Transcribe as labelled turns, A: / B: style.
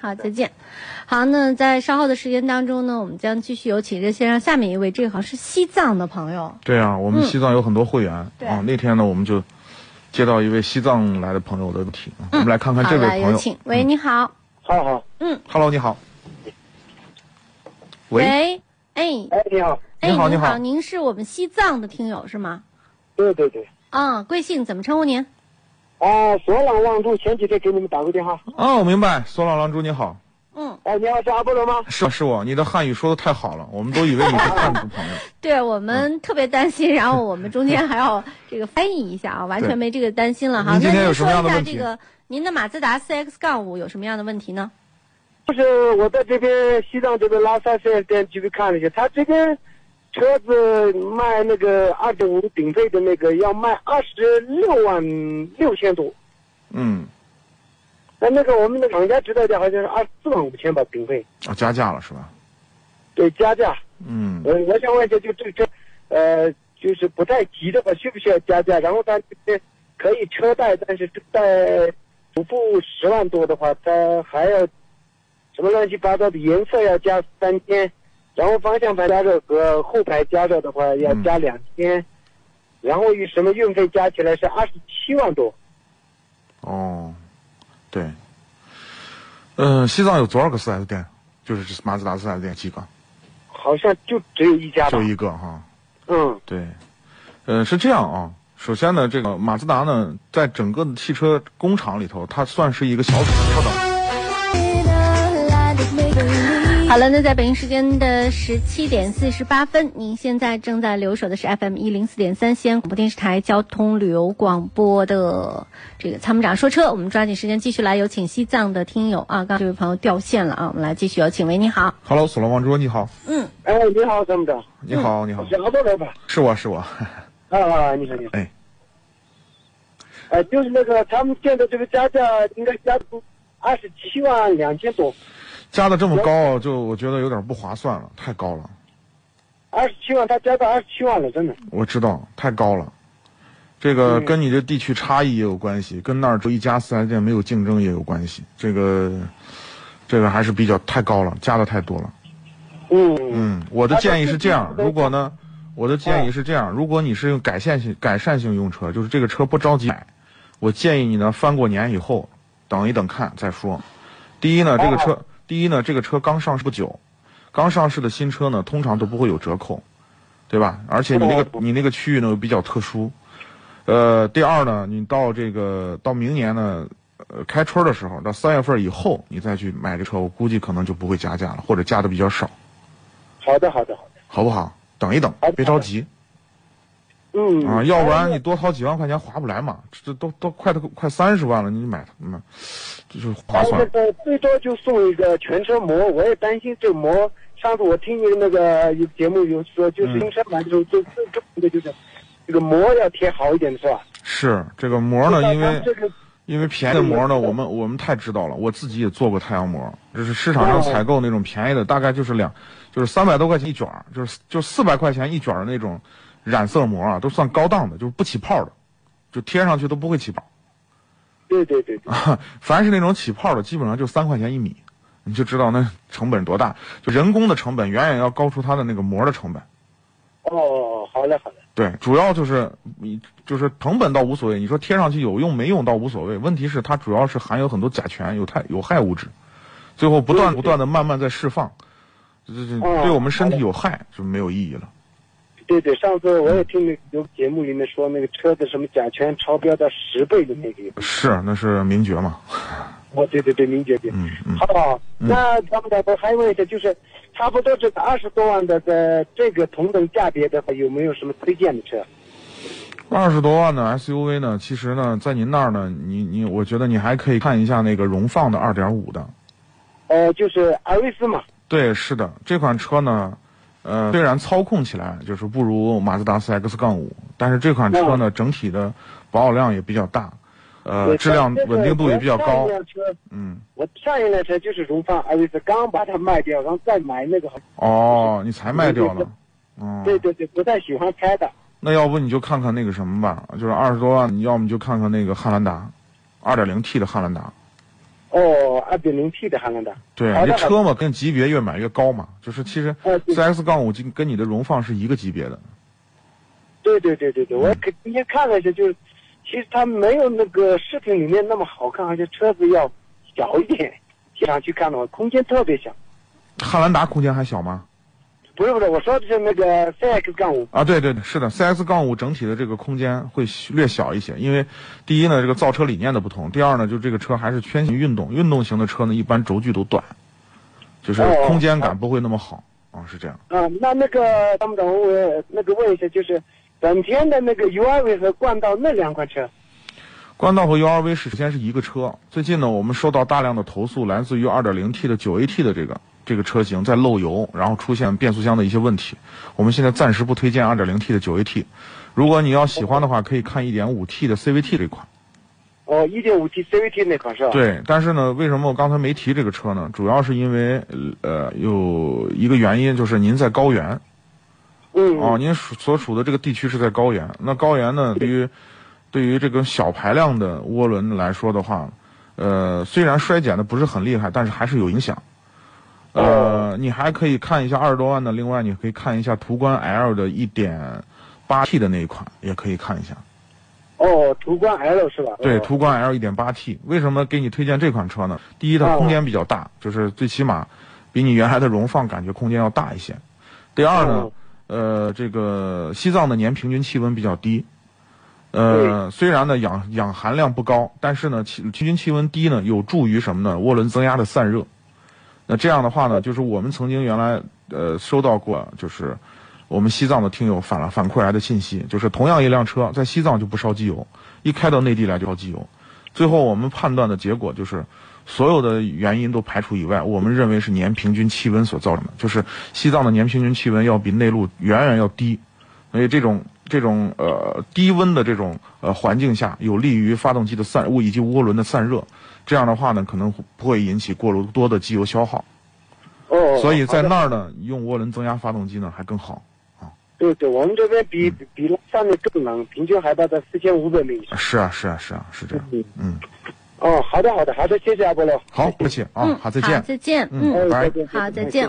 A: 好，再见。好，那在稍后的时间当中呢，我们将继续有请热线上下面一位，这个好像是西藏的朋友。
B: 对啊，我们西藏有很多会员、
A: 嗯对
B: 啊。那天呢，我们就接到一位西藏来的朋友的问题，我们来看看
A: 嗯好，
B: 这位
A: 来
B: 朋
A: 有
B: 友。嗯
A: 请。喂，你好。
C: 好好，
B: Hello，你好。喂，
A: 哎，
C: 哎，你好，
A: 哎，
B: 你好
A: 您
B: 你好
A: 您是我们西藏的听友是吗？
C: 对对对，
A: 啊，贵姓？怎么称呼您？
C: 啊，索朗望珠前几天给你们打过电话，
B: 哦，我明白，索朗郎珠你好，
A: 嗯，
C: 哎，你好，是阿波罗吗？
B: 是是我，你的汉语说的太好了，我们都以为你是汉族 朋友。
A: 对我
B: 嗯
A: 们特别担心，然后我们中间还要这个翻译一下啊，完全
B: 对
A: 没这个担心了哈。
B: 您今
A: 那
B: 天
A: 您
B: 有什
A: 说
B: 么
A: 一
B: 样的
A: 下
B: 问
A: 这
B: 题
A: 个您的马自达 4X 杠五有什么样的问题呢？
C: 就是我在这边西藏这边拉萨四 S 店去看了一下，他这边车子卖那个二点五顶配的那个要卖二十六万六千多，
B: 嗯，
C: 那那个我们的厂家指导价好像是二十四万五千吧顶配，
B: 啊，加价了是吧？
C: 对加价，
B: 嗯，
C: 呃，我想问一下，就这个车，呃，就是不太急的话，需不需要加价？然后它这边可以车贷，但是车贷不付十万多的话，它还要什么乱七八糟的颜色要加三千，然后方向盘加热和后排加热的话要
B: 嗯
C: 加两千、然后与什么运费加起来是二十七万多。
B: 哦，对。呃，西藏有多少个 4S 店？就是马自达 4S 店几个？
C: 好像就只有一家吧
B: 就，一个哈。
C: 嗯，
B: 对，呃，是这样啊。首先呢，这个马自达呢，在整个的汽车工厂里头，它算是一个小组。稍等。
A: 好了，那在北京时间的十七点四十八分，您现在正在留守的是 FM 一零四点三西安广播电视台交通旅游广播的这个参谋长说车。我们抓紧时间继续来有请西藏的听友啊，刚刚这位朋友掉线了啊，我们来继续有请。喂，你好，
B: Hello，索罗王卓，你好，
A: 嗯，
C: 哎，你好，参谋长，
B: 你好，你好
C: 我，是阿波罗吧？
B: 是我 是我，
C: 啊啊，你好，你好。
B: 哎。
C: 呃，就是那个他们建的这个加价应该加二十七万两千多，
B: 加的这么高，就我觉得有点不划算了，太高了，
C: 二十七万他加到二十七万了，真的。
B: 我知道太高了。这个
C: 嗯
B: 跟你这地区差异也有关系，跟那儿只有一家四 S 店没有竞争也有关系。这个，这个还是比较太高了，加的太多了。
C: 嗯
B: 嗯，我的建议是这样
C: 啊，那
B: 如果呢，我的建议
C: 嗯
B: 是这哦样，如果你是用改善性改善性用车，就是这个车不着急买，我建议你呢翻过年以后等一等看再说。第一呢，这个车，第一呢，这个车刚上市不久，刚上市的新车呢，通常都不会有折扣，对吧？而且你那个
C: 哦
B: 你那个区域呢又比较特殊，呃，第二呢，你到这个到明年呢。呃，开春的时候，到三月份以后，你再去买这车，我估计可能就不会加价了，或者加的比较少。
C: 好的，好的，好的。
B: 好不好？等一等
C: 好的，
B: 别着急
C: 嗯
B: 啊，要不然你
C: 哎
B: 多掏几万块钱划不来嘛。这这都都快都快三十万了，你买它，嗯，这就是划
C: 哎那
B: 算。
C: 个最多就送一个全车膜，我也担心这膜。上次我听你那个有节目有说，就是
B: 嗯
C: 新车买的时候最最重要的就是这个膜要贴好一点，是吧？
B: 是这个膜呢，因为
C: 这个
B: 因为便宜的膜呢，我们我们太知道了，我自己也做过太阳膜，就是市场上
C: 哦
B: 采购那种便宜的，大概就是两，就是三百多块钱一卷儿，就是就四百块钱一卷儿的那种染色膜啊，都算高档的，就是不起泡的，就贴上去都不会起泡。
C: 对对对对，
B: 凡是那种起泡的，基本上就三块钱一米，你就知道那成本多大。就人工的成本远远要高出它的那个膜的成本。
C: 哦，好嘞，好嘞。
B: 对，主要就是你就是成本倒无所谓，你说贴上去有用没用倒无所谓。问题是它主要是含有很多甲醛、有害有害物质，最后不断
C: 对
B: 不断的慢慢在释放，这这
C: 哦
B: 对我们身体
C: 好的
B: 有害就没有意义了。
C: 对对，上次我也听那有节目里面说那个车子什么甲醛超标到十倍的那个，
B: 是，那是名爵嘛？
C: 哦，对对对，您姐姐，
B: 嗯嗯
C: 好不好？那咱们两个还问一下，就是差不多这个二十多万的的这个同等价别的话，有没有什么推荐的车？
B: 二十多万的 SUV 呢，其实呢，在您那儿呢，你你，我觉得你还可以看一下那个荣放的二点五的，
C: 呃，就是艾瑞斯嘛，
B: 对，是的，这款车呢，呃，虽然操控起来就是不如马自达 4X 杠五，但是这款车呢，整体的保有量也比较大，呃，
C: 对
B: 质量
C: 但是
B: 稳定度也比较高
C: 我上一。辆车，
B: 嗯，
C: 我上一辆车就是荣放艾瑞斯，刚把它卖掉，然后再买那个，
B: 哦，你才卖掉了，
C: 对
B: 嗯，
C: 对对，不太喜欢开的。
B: 那要不你就看看那个什么吧，就是二十多万，你要么就看看那个汉兰达，2.0T 的汉兰达，
C: 哦，二点零 T 的汉兰达。
B: 对
C: 好
B: 啊，
C: 的
B: 这
C: 好的
B: 车嘛，跟级别越买越高嘛，就是其实
C: 呃对
B: 4S 杠五跟跟你的荣放是一个级别的。
C: 对对对
B: 嗯
C: 对对，我可今天看了一下，就是其实它没有那个视频里面那么好看，而且车子要小一点。现场去看的话，空间特别小。
B: 汉兰达空间还小吗？
C: 不是不是，我说的是那个 CX 杠五。
B: 啊，对对对，是的，4S 杠五整体的这个空间会略小一些，因为第一呢，这个造车理念的不同；第二呢，就这个车还是圈型运动，运动型的车呢一般轴距都短，就是
C: 哦
B: 空间感不会那么好啊，是这样。
C: 啊，那那个参谋长，我那个问一下，就是本田的那个 URV 和冠道那两款车，
B: 冠道和 URV 是首先是一个车，最近呢，我们收到大量的投诉，来自于 2.0T 的 9AT 的这个这个车型在漏油，然后出现变速箱的一些问题。我们现在暂时不推荐 2.0T 的 9AT，如果你要喜欢的话，可以看 1.5T 的 CVT 这款。
C: 哦，一点五 T CVT 那款是吧？。
B: 对，但是呢，为什么我刚才没提这个车呢？主要是因为呃有一个原因就是您在高原
C: 嗯。
B: 哦，您属所处的这个地区是在高原。那高原呢，对于对于这个小排量的涡轮来说的话，呃，虽然衰减的不是很厉害，但是还是有影响。呃，你还可以看一下二十多万的，另外你可以看一下途观 L 的一点八 T 的那一款，也可以看一下。
C: 哦，途观 L 是吧？
B: 对，
C: 哦
B: 途观 L 1 8 T，为什么给你推荐这款车呢？第一，它
C: 哦
B: 空间比较大，就是最起码比你原来的荣放感觉空间要大一些。第二呢
C: 哦，
B: 呃，这个西藏的年平均气温比较低，呃，虽然呢氧氧含量不高，但是呢气平均气温低呢，有助于什么呢？涡轮增压的散热。那这样的话呢，就是我们曾经原来呃收到过，就是我们西藏的听友反了反馈来的信息，就是同样一辆车在西藏就不烧机油，一开到内地来就烧机油。最后我们判断的结果就是，所有的原因都排除以外，我们认为是年平均气温所造成的，就是西藏的年平均气温要比内陆远远要低，所以这种这种呃低温的这种呃环境下，有利于发动机的散以及涡轮的散热。这样的话呢，可能不会引起过多的机油消耗，
C: 哦，
B: 所以在
C: 好的
B: 那儿呢，用涡轮增压发动机呢还更好。
C: 对对，我们这边比
B: 嗯
C: 比比上面更冷，平均海拔在四千五百米以上。
B: 是啊，是啊，是啊，是这样。
C: 嗯
B: 嗯，
C: 哦，好的好的，好的，谢谢阿波罗。
B: 好，不客气啊，
A: 嗯，
B: 好，再见。
A: 再见，
B: 嗯
A: 嗯，
C: 哎，
B: 拜
C: 再见
A: 好，再见。。